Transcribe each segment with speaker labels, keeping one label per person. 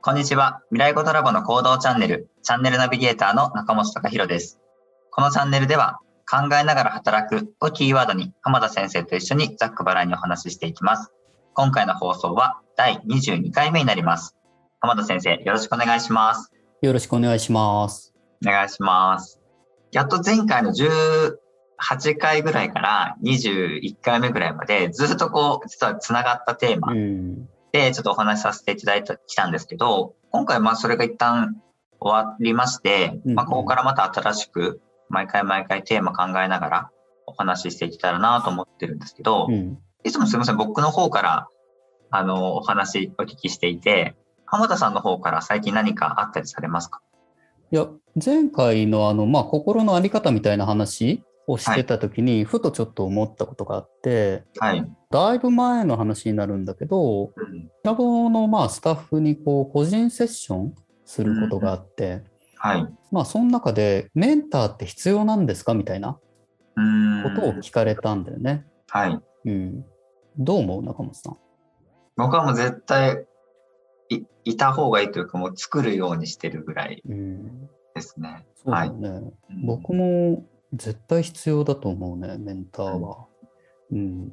Speaker 1: こんにちは。未来語トラボの行動チャンネル、チャンネルナビゲーターの中本隆弘です。このチャンネルでは、考えながら働くをキーワードに浜田先生と一緒にざっくばらんにお話ししていきます。今回の放送は第22回目になります。浜田先生、よろしくお願いします。
Speaker 2: よろしくお願いします。
Speaker 1: お願いします。やっと前回の18回ぐらいから21回目ぐらいまでずっとこう、実はつながったテーマ、うんでちょっとお話しさせていただいてきたんですけど、今回まあそれが一旦終わりまして、うんうん、まあここからまた新しく毎回毎回テーマ考えながらお話ししていけたらなと思ってるんですけど、うん、いつもすみません、僕の方からあのお話お聞きしていて、浜田さんの方から最近何かあったりされますか
Speaker 2: いや、前回のあの、まあ、心の在り方みたいな話をしてた時に、はい、ふとちょっと思ったことがあって、
Speaker 1: はい、
Speaker 2: だいぶ前の話になるんだけど、うん、ラボのまあスタッフにこう個人セッションすることがあって、うん、
Speaker 1: はい、
Speaker 2: まあその中でメンターって必要なんですかみたいなことを聞かれたんだよね。
Speaker 1: はい、
Speaker 2: うん、どう思う中本さん。
Speaker 1: 僕はもう絶対いいた方がいいというかもう作るようにしてるぐらいですね。
Speaker 2: うん、そうね、はい、僕も絶対必要だと思うねメンターは。うん、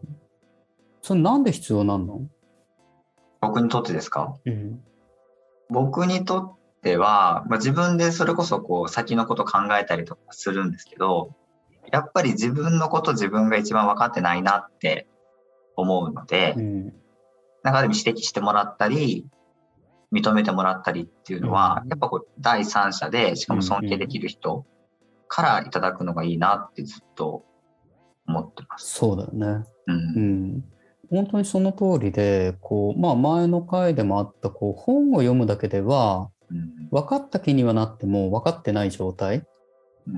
Speaker 2: それなんで必要なの
Speaker 1: 僕にとってですか、
Speaker 2: うん、
Speaker 1: 僕にとっては、まあ、自分でそれこそこう先のこと考えたりとかするんですけどやっぱり自分のこと自分が一番分かってないなって思うので、うん、なんかある意味指摘してもらったり認めてもらったりっていうのは、うん、やっぱこう第三者でしかも尊敬できる人からいただくのがいいなってずっと思ってます。
Speaker 2: そうだよね、
Speaker 1: うん
Speaker 2: 本当にその通りでこう、まあ、前の回でもあったこう本を読むだけでは分かった気にはなっても分かってない状態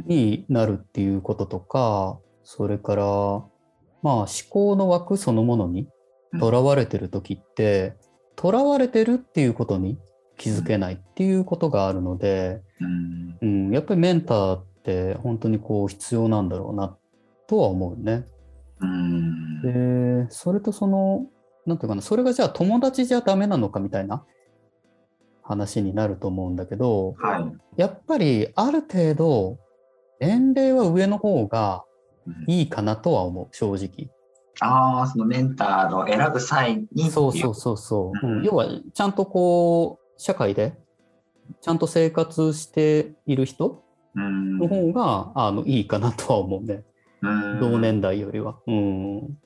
Speaker 2: になるっていうこととかそれから、まあ、思考の枠そのものにとらわれてる時ってとらわれてるっていうことに気づけないっていうことがあるので、うん、やっぱりメンターって本当にこう必要なんだろうなとは思うね。でそれとその何て言うかなそれがじゃあ友達じゃダメなのかみたいな話になると思うんだけど、
Speaker 1: はい、
Speaker 2: やっぱりある程度年齢は上の方がいいかなとは思う正直。
Speaker 1: ああそのメンターの選ぶ際に
Speaker 2: そうそうそうそう、うん、要はちゃんとこう社会でちゃんと生活している人の方があのいいかなとは思うね。同年代よりは。うん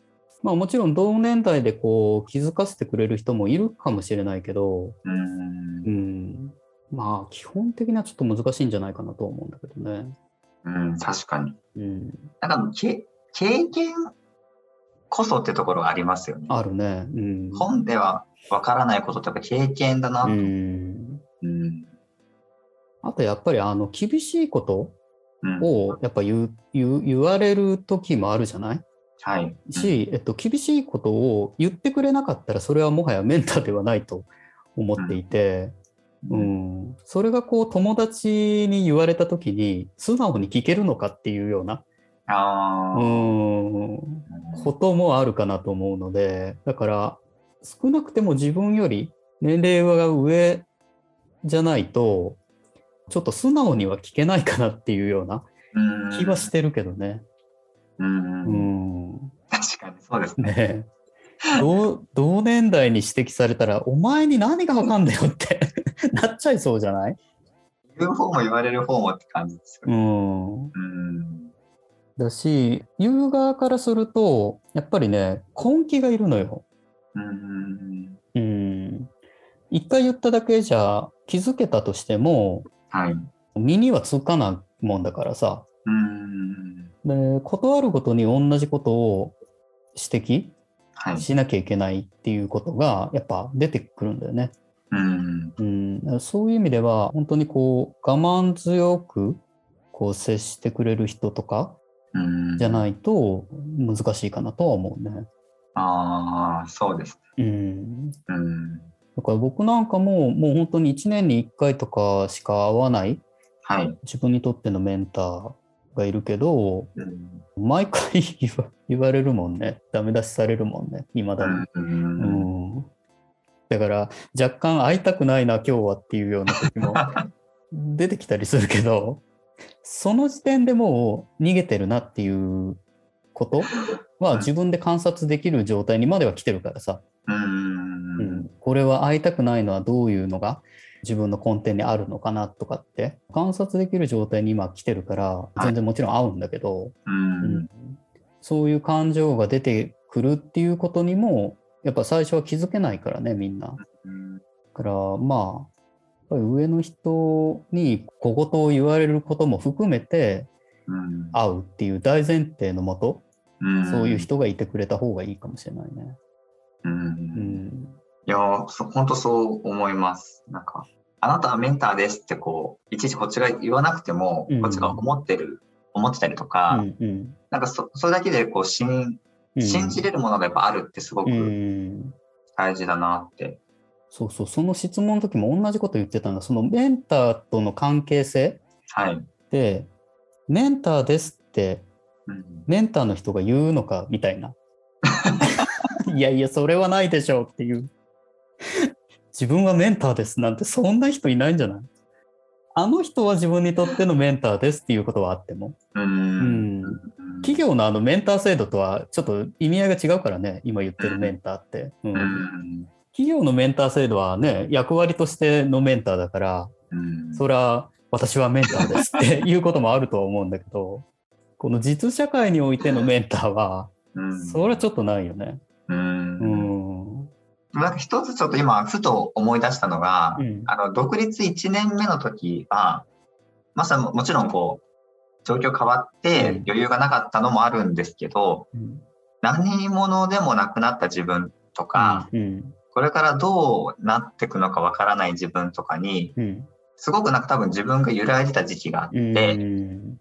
Speaker 2: まあ、もちろん同年代でこう気づかせてくれる人もいるかもしれないけ、
Speaker 1: ど、うん
Speaker 2: うん、まあ基本的にはちょっと難しいんじゃないかなと思うんだけどね。
Speaker 1: うん、確かに。
Speaker 2: うん、
Speaker 1: なんか経験こそってところがありますよね。
Speaker 2: あるね。うん、
Speaker 1: 本ではわからないこととか経験だなと。うんうん、
Speaker 2: あとやっぱりあの厳しいこと、をやっぱ言われる時もあるじゃない、
Speaker 1: はい、うん、
Speaker 2: し、えっと、厳しいことを言ってくれなかったらそれはもはやメンターではないと思っていて、うん、うん、それがこう友達に言われた時に素直に聞けるのかっていうような
Speaker 1: あ
Speaker 2: うんこともあるかなと思うのでだから少なくても自分より年齢が上じゃないとちょっと素直には聞けないかなっていうような気はしてるけどね。
Speaker 1: うん。
Speaker 2: うん
Speaker 1: 確かにそうですね。ね
Speaker 2: 同同年代に指摘されたら、お前に何がわかんだよって なっちゃいそうじゃない。
Speaker 1: 言う方も言われる方もって感じですよね。うん、
Speaker 2: うんだし、言う側からすると、やっぱりね、根気がいるの。
Speaker 1: よ。うん
Speaker 2: うん。一回言っただけじゃ気づけたとしても、
Speaker 1: はい、
Speaker 2: 身にはつかないもんだからさ。で断るごとに同じことを指摘しなきゃいけないっていうことがやっぱ出てくるんだよね。、
Speaker 1: うん
Speaker 2: うん、そういう意味では本当にこう我慢強くこう接してくれる人とかじゃないと難しいかなとは思うね。
Speaker 1: ああそうです、
Speaker 2: ね。うん、
Speaker 1: うん
Speaker 2: だから僕なんかももう本当に1年に1回とかしか会わない、
Speaker 1: はい、
Speaker 2: 自分にとってのメンターかいるけど、
Speaker 1: うん
Speaker 2: 毎回言わ言われるもんね。ダメ出しされるもんね。いまだに。
Speaker 1: うん
Speaker 2: うんだから若干会いたくないな今日はっていうような時 も出てきたりするけどその時点でもう逃げてるなっていうことは自分で観察できる状態にまでは来てるからさ、
Speaker 1: うん
Speaker 2: うんこれは会いたくないのはどういうのが自分の根底にあるのかなとかって観察できる状態に今来てるから全然もちろん合うんだけど、
Speaker 1: うん
Speaker 2: そういう感情が出てくるっていうことにもやっぱ最初は気づけないからねみんな。だからまあやっぱり上の人に小言を言われることも含めて
Speaker 1: うん
Speaker 2: 会うっていう大前提のもと、
Speaker 1: うん
Speaker 2: そういう人がいてくれた方がいいかもしれないね。
Speaker 1: う
Speaker 2: うんん、
Speaker 1: いやーそ本当そう思いますなんかあなたはメンターですってこういちいちこっちが言わなくても、
Speaker 2: うん
Speaker 1: こっちが思ってる思ってたりとか、
Speaker 2: うんうん
Speaker 1: なんかそそれだけでこう信
Speaker 2: うん
Speaker 1: 信じれるものがやっぱあるってすご
Speaker 2: う
Speaker 1: く
Speaker 2: ん、
Speaker 1: 大事だなって。
Speaker 2: そうそうその質問の時も同じこと言ってたんだそのメンターとの関係性
Speaker 1: はい。
Speaker 2: でメンターですって
Speaker 1: うん
Speaker 2: メンターの人が言うのかみたいな。 いやいや、それはないでしょうっていう。自分はメンターですなんて、そんな人いないんじゃないあの人は自分にとってのメンターですっていうことはあっても。
Speaker 1: う。
Speaker 2: うんん。企業のあのメンター制度とはちょっと意味合いが違うからね、今言ってるメンターって。う、
Speaker 1: うんん。
Speaker 2: 企業のメンター制度はね、役割としてのメンターだから、
Speaker 1: うん
Speaker 2: そりゃ私はメンターですっていうこともあるとは思うんだけどこの実社会においてのメンターは
Speaker 1: うん
Speaker 2: それはちょっとないよね。
Speaker 1: う。
Speaker 2: うんん。うん。
Speaker 1: なんか一つちょっと今、ふと思い出したのが、あの、独立1年目の時は、まさにもちろんこう、状況変わっ
Speaker 2: う
Speaker 1: て
Speaker 2: ん
Speaker 1: 余裕がなかったのもあるんですけど、
Speaker 2: うん
Speaker 1: 何者でもなくなった自分とか、
Speaker 2: うん。
Speaker 1: これからどうなっていくのかわからない自分とかに、
Speaker 2: うん。
Speaker 1: すごくなんか多分自分が揺らいでた時期があって、
Speaker 2: うん。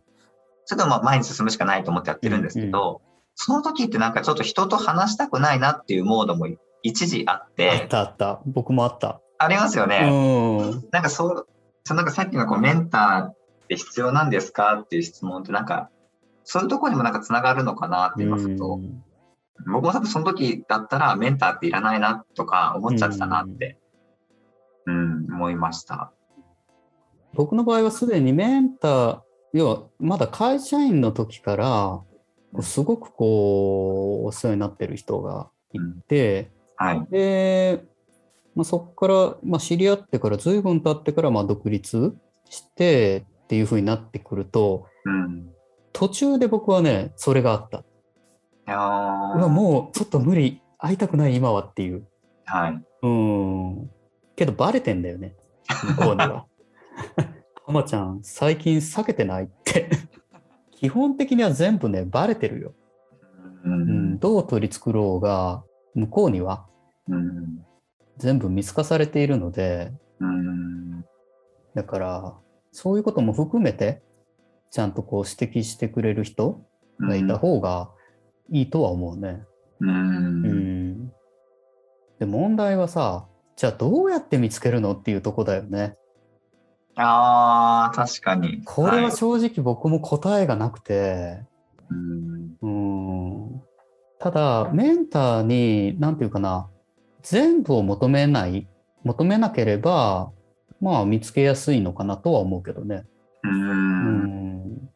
Speaker 1: すぐまあ前に進むしかないと思ってやってるんですけど、その時ってなんかちょっと人と話したくないなっていうモードも一時あっ、
Speaker 2: あってたあった。僕もあった。
Speaker 1: ありますよ
Speaker 2: う
Speaker 1: ね。
Speaker 2: ん。
Speaker 1: なんかそう、そのなんかさっきのこうメンターって必要なんですかっていう質問ってなんか、そういうところにもなんかつながるのかなって今ふと、
Speaker 2: うん
Speaker 1: 僕も多分その時だったらメンターっていらないなとか思っちゃってたなって、うん、思いました。
Speaker 2: 僕の場合はすでにメンター、要はまだ会社員の時からこうすごくこうお世話になってる人がいて、
Speaker 1: はい。
Speaker 2: で、まあ、そこから、まあ、知り合ってから随分経ってからまあ独立してっていう風になってくると
Speaker 1: うん。
Speaker 2: 途中で僕はねそれがあった
Speaker 1: いや
Speaker 2: うわ
Speaker 1: ー
Speaker 2: もうちょっと無理会いたくない今はっていう
Speaker 1: はい。
Speaker 2: うんけどバレてんだよね向こうに は浜ちゃん最近避けてないって 基本的には全部ねバレてるよ、
Speaker 1: う
Speaker 2: うん、
Speaker 1: ん。
Speaker 2: どう取り繕ろうが向こうには
Speaker 1: うん。
Speaker 2: 全部見透かされているので
Speaker 1: うん。
Speaker 2: だから、そういうことも含めて、ちゃんとこう指摘してくれる人がいた方がいいとは思うね。
Speaker 1: う。
Speaker 2: うんん。で、問題はさ、じゃあどうやって見つけるのっていうとこだよね。
Speaker 1: ああ、確かに。
Speaker 2: これはい正直僕も答えがなくて、
Speaker 1: うん
Speaker 2: うん。ただ、メンターに、なんていうかな、全部を求めない、求めなければ、まあ見つけやすいのかなとは思うけどね。
Speaker 1: う。
Speaker 2: うんん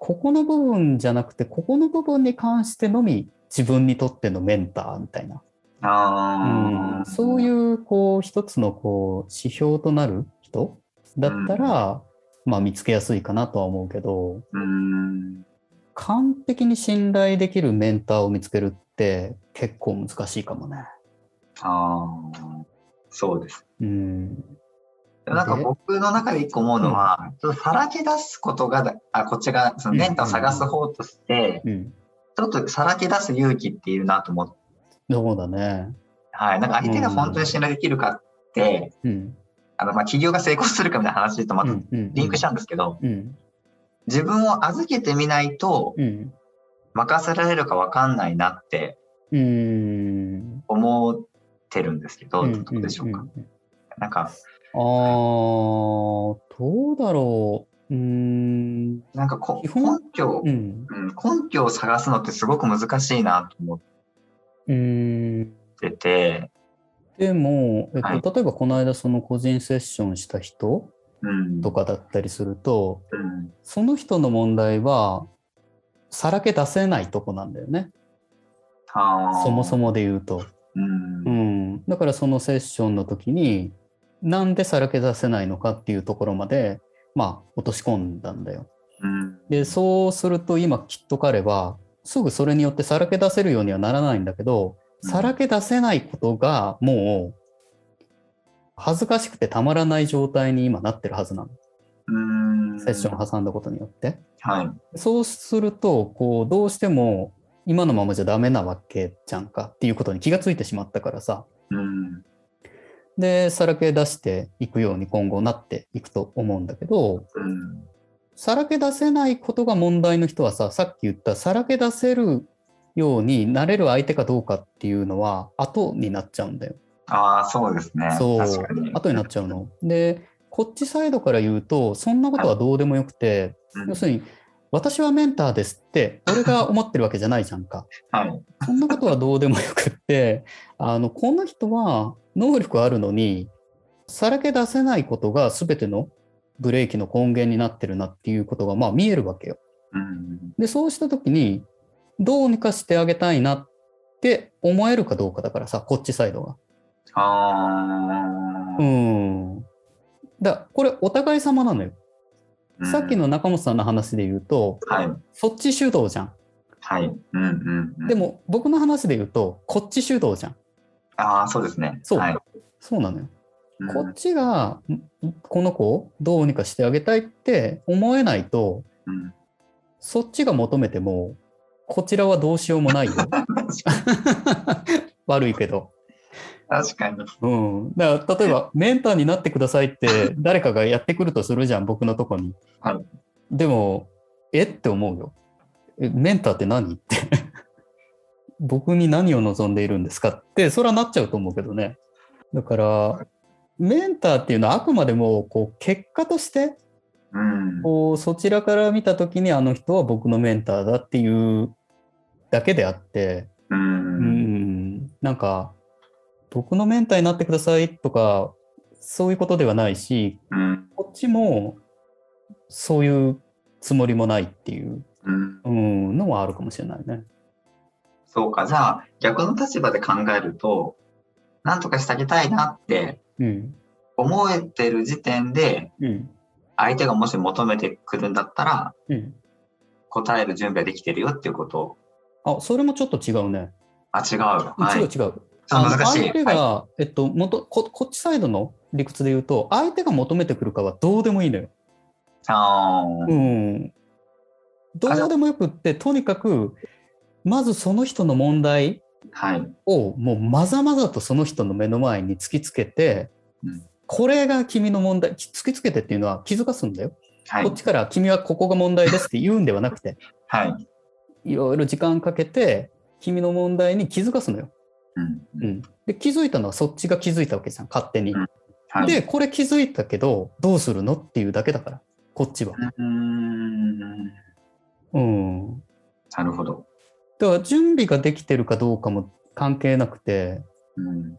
Speaker 2: ここの部分じゃなくてここの部分に関してのみ自分にとってのメンターみたいな、
Speaker 1: あ
Speaker 2: うん
Speaker 1: あ。
Speaker 2: そういうこう一つのこう指標となる人だったら、まあ、見つけやすいかなとは思うけど
Speaker 1: うん。
Speaker 2: 完璧に信頼できるメンターを見つけるって結構難しいかもね。
Speaker 1: ああ。そうです。
Speaker 2: うん、
Speaker 1: でもなんか
Speaker 2: で
Speaker 1: 僕の中で一個思うのは、ちょっとさらけ出すことがだ、あ、こっちが、そのメンターを探す方として、
Speaker 2: うん、
Speaker 1: ちょっとさらけ出す勇気っていうなと思って、
Speaker 2: そうだね。
Speaker 1: はい。なんか相手が本当に信頼できるかって、
Speaker 2: うん、
Speaker 1: あの、まあ、企業が成功するかみたいな話とまたリンクしち
Speaker 2: ゃ
Speaker 1: ゃうんですけど、
Speaker 2: うん、
Speaker 1: 自分を預けてみないと、
Speaker 2: うん、
Speaker 1: 任せられるか分かんないなって
Speaker 2: うん、
Speaker 1: 思ってるんですけど、
Speaker 2: うん
Speaker 1: どうでしょうか。
Speaker 2: んん
Speaker 1: なんか、
Speaker 2: あーどうだろう。うん
Speaker 1: なんかこ根拠、
Speaker 2: うん、
Speaker 1: うん、根拠を探すのってすごく難しいなと思ってて。
Speaker 2: でも、えっと、はい、例えばこの間その個人セッションした人とかだったりすると、
Speaker 1: うん、
Speaker 2: その人の問題はさらけ出せないとこなんだよね。そもそもで言うと。
Speaker 1: うん、
Speaker 2: うん、だからそのセッションの時になんでさらけ出せないのかっていうところまで、まあ、落とし込んだんだよ。
Speaker 1: うん、
Speaker 2: でそうすると今きっと彼はすぐそれによってさらけ出せるようにはならないんだけど、うん、さらけ出せないことがもう恥ずかしくてたまらない状態に今なってるはずなの。
Speaker 1: うん、
Speaker 2: セッション挟んだことによって。
Speaker 1: はい、
Speaker 2: そうするとこうどうしても今のままじゃダメなわけじゃんかっていうことに気がついてしまったからさ、
Speaker 1: うん、
Speaker 2: でさらけ出していくように今後なっていくと思うんだけど、
Speaker 1: うん、
Speaker 2: さらけ出せないことが問題の人はささっき言ったさらけ出せるようになれる相手かどうかっていうのは後になっちゃうんだよ。
Speaker 1: ああそうですね。
Speaker 2: そう後になっちゃうの。でこっちサイドから言うとそんなことはどうでもよくて、はい、要するに私はメンターですって俺が思ってるわけじゃないじゃんか。
Speaker 1: はい、
Speaker 2: そんなことはどうでもよくってあのこの人は能力あるのにさらけ出せないことが全てのブレーキの根源になってるなっていうことがまあ見えるわけよ。
Speaker 1: うん、
Speaker 2: でそうした時にどうにかしてあげたいなって思えるかどうかだからさこっちサイドが。
Speaker 1: あ
Speaker 2: うんだこれお互い様なのよ。さっきの中本さんの話で言うと、
Speaker 1: はい、
Speaker 2: そっち主導じゃん。
Speaker 1: はいうんうんうん、
Speaker 2: でも僕の話で言うとこっち主導じゃん。
Speaker 1: ああそうですね。
Speaker 2: そう,
Speaker 1: はい、
Speaker 2: そうなのよ。うん、こっちがこの子をどうにかしてあげたいって思えないと、
Speaker 1: うん、
Speaker 2: そっちが求めてもこちらはどうしようもない よ。悪いけど。
Speaker 1: 確かに。
Speaker 2: うん。だから例えば、メンターになってくださ いって誰かがやってくるとするじゃん、僕のとこに。
Speaker 1: はい。
Speaker 2: でも、えって思うよ。メンターって何って 僕に何を望んでいるんですかって、それはなっちゃうと思うけどね。だから、メンターっていうのはあくまでも、こう、結果として、
Speaker 1: うん、
Speaker 2: こうそちらから見た時にあの人は僕のメンターだっていうだけであって、
Speaker 1: うん、
Speaker 2: うんなんか僕のメンターになってくださいとかそういうことではないし、
Speaker 1: うん、
Speaker 2: こっちもそういうつもりもないっていう、
Speaker 1: うん、うん
Speaker 2: のはあるかもしれないね。
Speaker 1: そうかじゃあ逆の立場で考えるとなんとかしてあげたいなって思えてる時点で、
Speaker 2: うん、
Speaker 1: 相手がもし求めてくるんだったら、
Speaker 2: うん、
Speaker 1: 答える準備はできてるよっていうこと
Speaker 2: あそれもちょっと違うね。
Speaker 1: あ違う。
Speaker 2: はい、違う違う。
Speaker 1: 相
Speaker 2: 手が、はい、えっと、もとここっちサイドの理屈で言うと相手が求めてくるかはどうでもいいのよ。
Speaker 1: あ
Speaker 2: うん、どうでもよくってとにかくまずその人の問題を、もうまざまざとその人の目の前に突きつけて、
Speaker 1: うん、
Speaker 2: これが君の問題突きつけてっていうのは気づかすんだよ。
Speaker 1: はい、
Speaker 2: こっちから君はここが問題ですって言うんではなくて、
Speaker 1: はい、
Speaker 2: いろいろ時間かけて君の問題に気づかすのよ。
Speaker 1: うんうん、
Speaker 2: で気づいたのはそっちが気づいたわけじゃん勝手に。
Speaker 1: うんはい、
Speaker 2: でこれ気づいたけどどうするのっていうだけだからこっちは。
Speaker 1: うん
Speaker 2: うん
Speaker 1: なるほど。
Speaker 2: だから準備ができてるかどうかも関係なくて、
Speaker 1: うん、
Speaker 2: い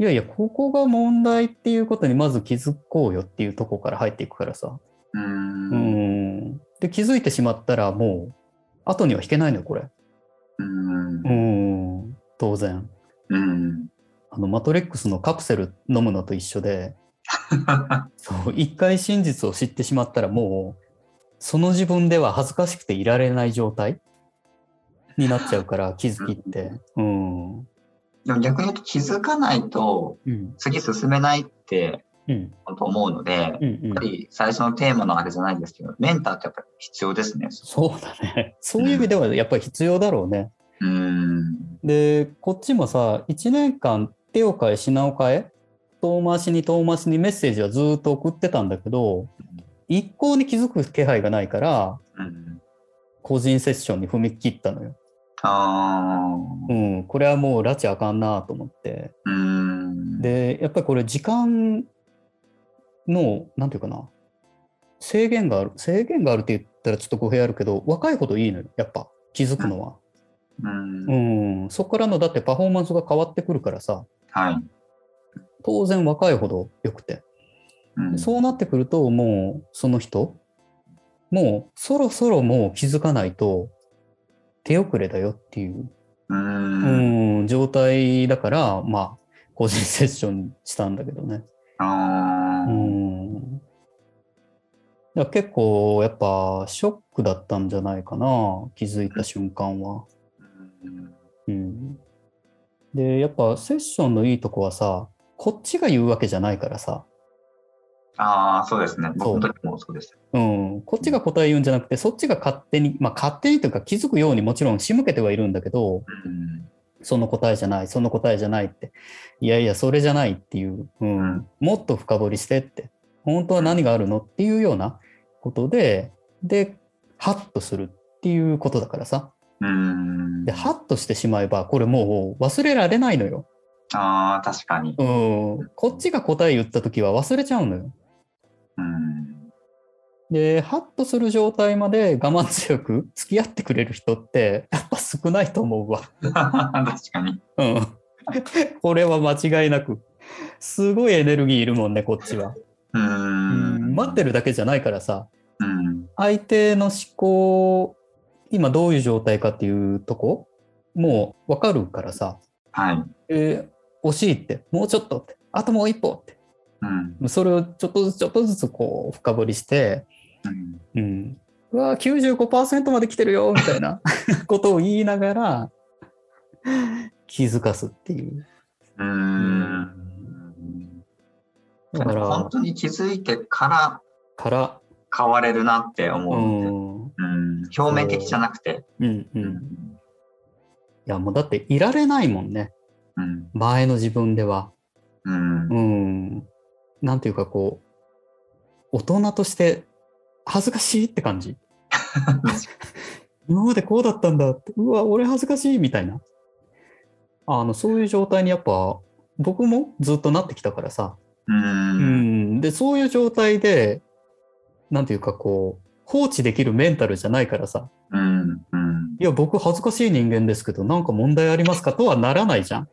Speaker 2: やいやここが問題っていうことにまず気づこうよっていうとこから入っていくからさ。
Speaker 1: うん
Speaker 2: うんで気づいてしまったらもう後には引けないのよこれ。
Speaker 1: うん
Speaker 2: うん当然、
Speaker 1: うん、
Speaker 2: あのマトリックスのカプセル飲むのと一緒でそう一回真実を知ってしまったらもうその自分では恥ずかしくていられない状態になっちゃう から気づきって、うん、
Speaker 1: でも逆に言うと気づかないと次進めないって、
Speaker 2: うん、
Speaker 1: と思うので、
Speaker 2: うんうん、
Speaker 1: やっぱり最初のテーマのあれじゃないんですけどメンターってやっぱり必要ですね
Speaker 2: そうだねそういう意味ではやっぱり必要だろうね、
Speaker 1: うん
Speaker 2: でこっちもさ1年間手を変え品を変え遠回しに遠回しにメッセージはずっと送ってたんだけど一向に気づく気配がないから、
Speaker 1: うん、
Speaker 2: 個人セッションに踏み切ったのよ。
Speaker 1: あ
Speaker 2: うん、これはもう拉致あかんなと思って。
Speaker 1: うん
Speaker 2: でやっぱりこれ時間の何て言うかな制限がある制限があるって言ったらちょっと語弊あるけど若いほどいいのよやっぱ気づくのは、
Speaker 1: うん
Speaker 2: う。ん、そこからのだってパフォーマンスが変わってくるからさ
Speaker 1: はい。
Speaker 2: 当然若いほど良くて
Speaker 1: うん
Speaker 2: でそうなってくるともうその人もうそろそろもう気づかないと手遅れだよっていう、
Speaker 1: う。
Speaker 2: うんん、状態だからまあ個人セッションしたんだけどね。
Speaker 1: あ
Speaker 2: う
Speaker 1: ー
Speaker 2: んだから結構やっぱショックだったんじゃないかな気づいた瞬間は。
Speaker 1: うん
Speaker 2: うん、でやっぱセッションのいいとこはさこっちが言うわけじゃないからさ、
Speaker 1: あー、そうですね。
Speaker 2: そう
Speaker 1: 僕の時もそうでした。
Speaker 2: うん、こっちが答え言うんじゃなくてそっちが勝手に、まあ、勝手にというか気づくようにもちろん仕向けてはいるんだけど
Speaker 1: うん。
Speaker 2: その答えじゃないその答えじゃないっていやいやそれじゃないっていう、うん
Speaker 1: うん
Speaker 2: もっと深掘りしてって本当は何があるのっていうようなことででハッとするっていうことだからさ
Speaker 1: うん
Speaker 2: で。ハッとしてしまえばこれもう忘れられないのよ。
Speaker 1: ああ、確かに。
Speaker 2: うん、こっちが答え言った時は忘れちゃうのよ。
Speaker 1: うん。
Speaker 2: で、ハッとする状態まで我慢強く付き合ってくれる人ってやっぱ少ないと思うわ。
Speaker 1: 確かに。
Speaker 2: うん。これは間違いなく。すごいエネルギーいるもんね、こっちは。
Speaker 1: う
Speaker 2: うん
Speaker 1: ん。
Speaker 2: 待ってるだけじゃないからさ、
Speaker 1: うん。
Speaker 2: 相手の思考、今どういう状態かっていうとこ、もうわかるからさ、
Speaker 1: はい。
Speaker 2: えー惜しいって、もうちょっとって、あともう一歩って、
Speaker 1: うん。
Speaker 2: それをちょっとずつちょっとずつこう深掘りして、
Speaker 1: うん
Speaker 2: うん、うわー95%まで来てるよみたい なことを言いながら気づかすっていう
Speaker 1: うん。
Speaker 2: だか
Speaker 1: 本
Speaker 2: ら
Speaker 1: 当に気づいてから
Speaker 2: から
Speaker 1: 変われるなって
Speaker 2: う
Speaker 1: 思うんで。
Speaker 2: んう
Speaker 1: うん。
Speaker 2: ん
Speaker 1: 表面的じゃなくて。
Speaker 2: うん
Speaker 1: う
Speaker 2: い。やもうだっていられないもんね
Speaker 1: うん。
Speaker 2: 前の自分では
Speaker 1: うん。
Speaker 2: うんなんていうかこう大人として恥ずかしいって感じ今までこうだったんだってうわ俺恥ずかしいみたいなあのそういう状態にやっぱ僕もずっとなってきたからさ、
Speaker 1: う。
Speaker 2: うんん、でそういう状態でなんていうかこう放置できるメンタルじゃないからさ
Speaker 1: うん。うん。
Speaker 2: いや僕恥ずかしい人間ですけどなんか問題ありますかとはならないじゃん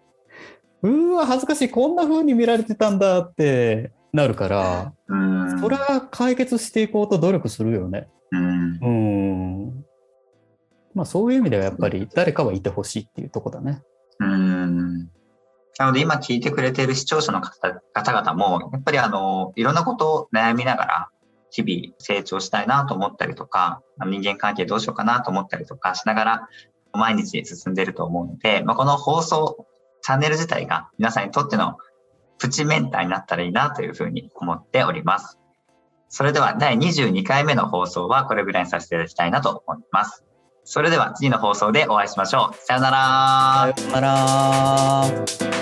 Speaker 2: うわ恥ずかしいこんな風に見られてたんだってなるから
Speaker 1: うん
Speaker 2: それは解決していこうと努力するよね
Speaker 1: うん
Speaker 2: うんまあそういう意味ではやっぱり誰かはいてほしいっていうとこだね
Speaker 1: うんなので今聞いてくれている視聴者の方方々も、やっぱりあの、いろんなことを悩みながら、日々成長したいなと思ったりとか、人間関係どうしようかなと思ったりとかしながら、毎日進んでいると思うので、まあ、この放送、チャンネル自体が皆さんにとってのプチメンターになったらいいなというふうに思っております。それでは第22回目の放送はこれぐらいにさせていただきたいなと思います。それでは次の放送でお会いしましょう。さようなら。
Speaker 2: さようなら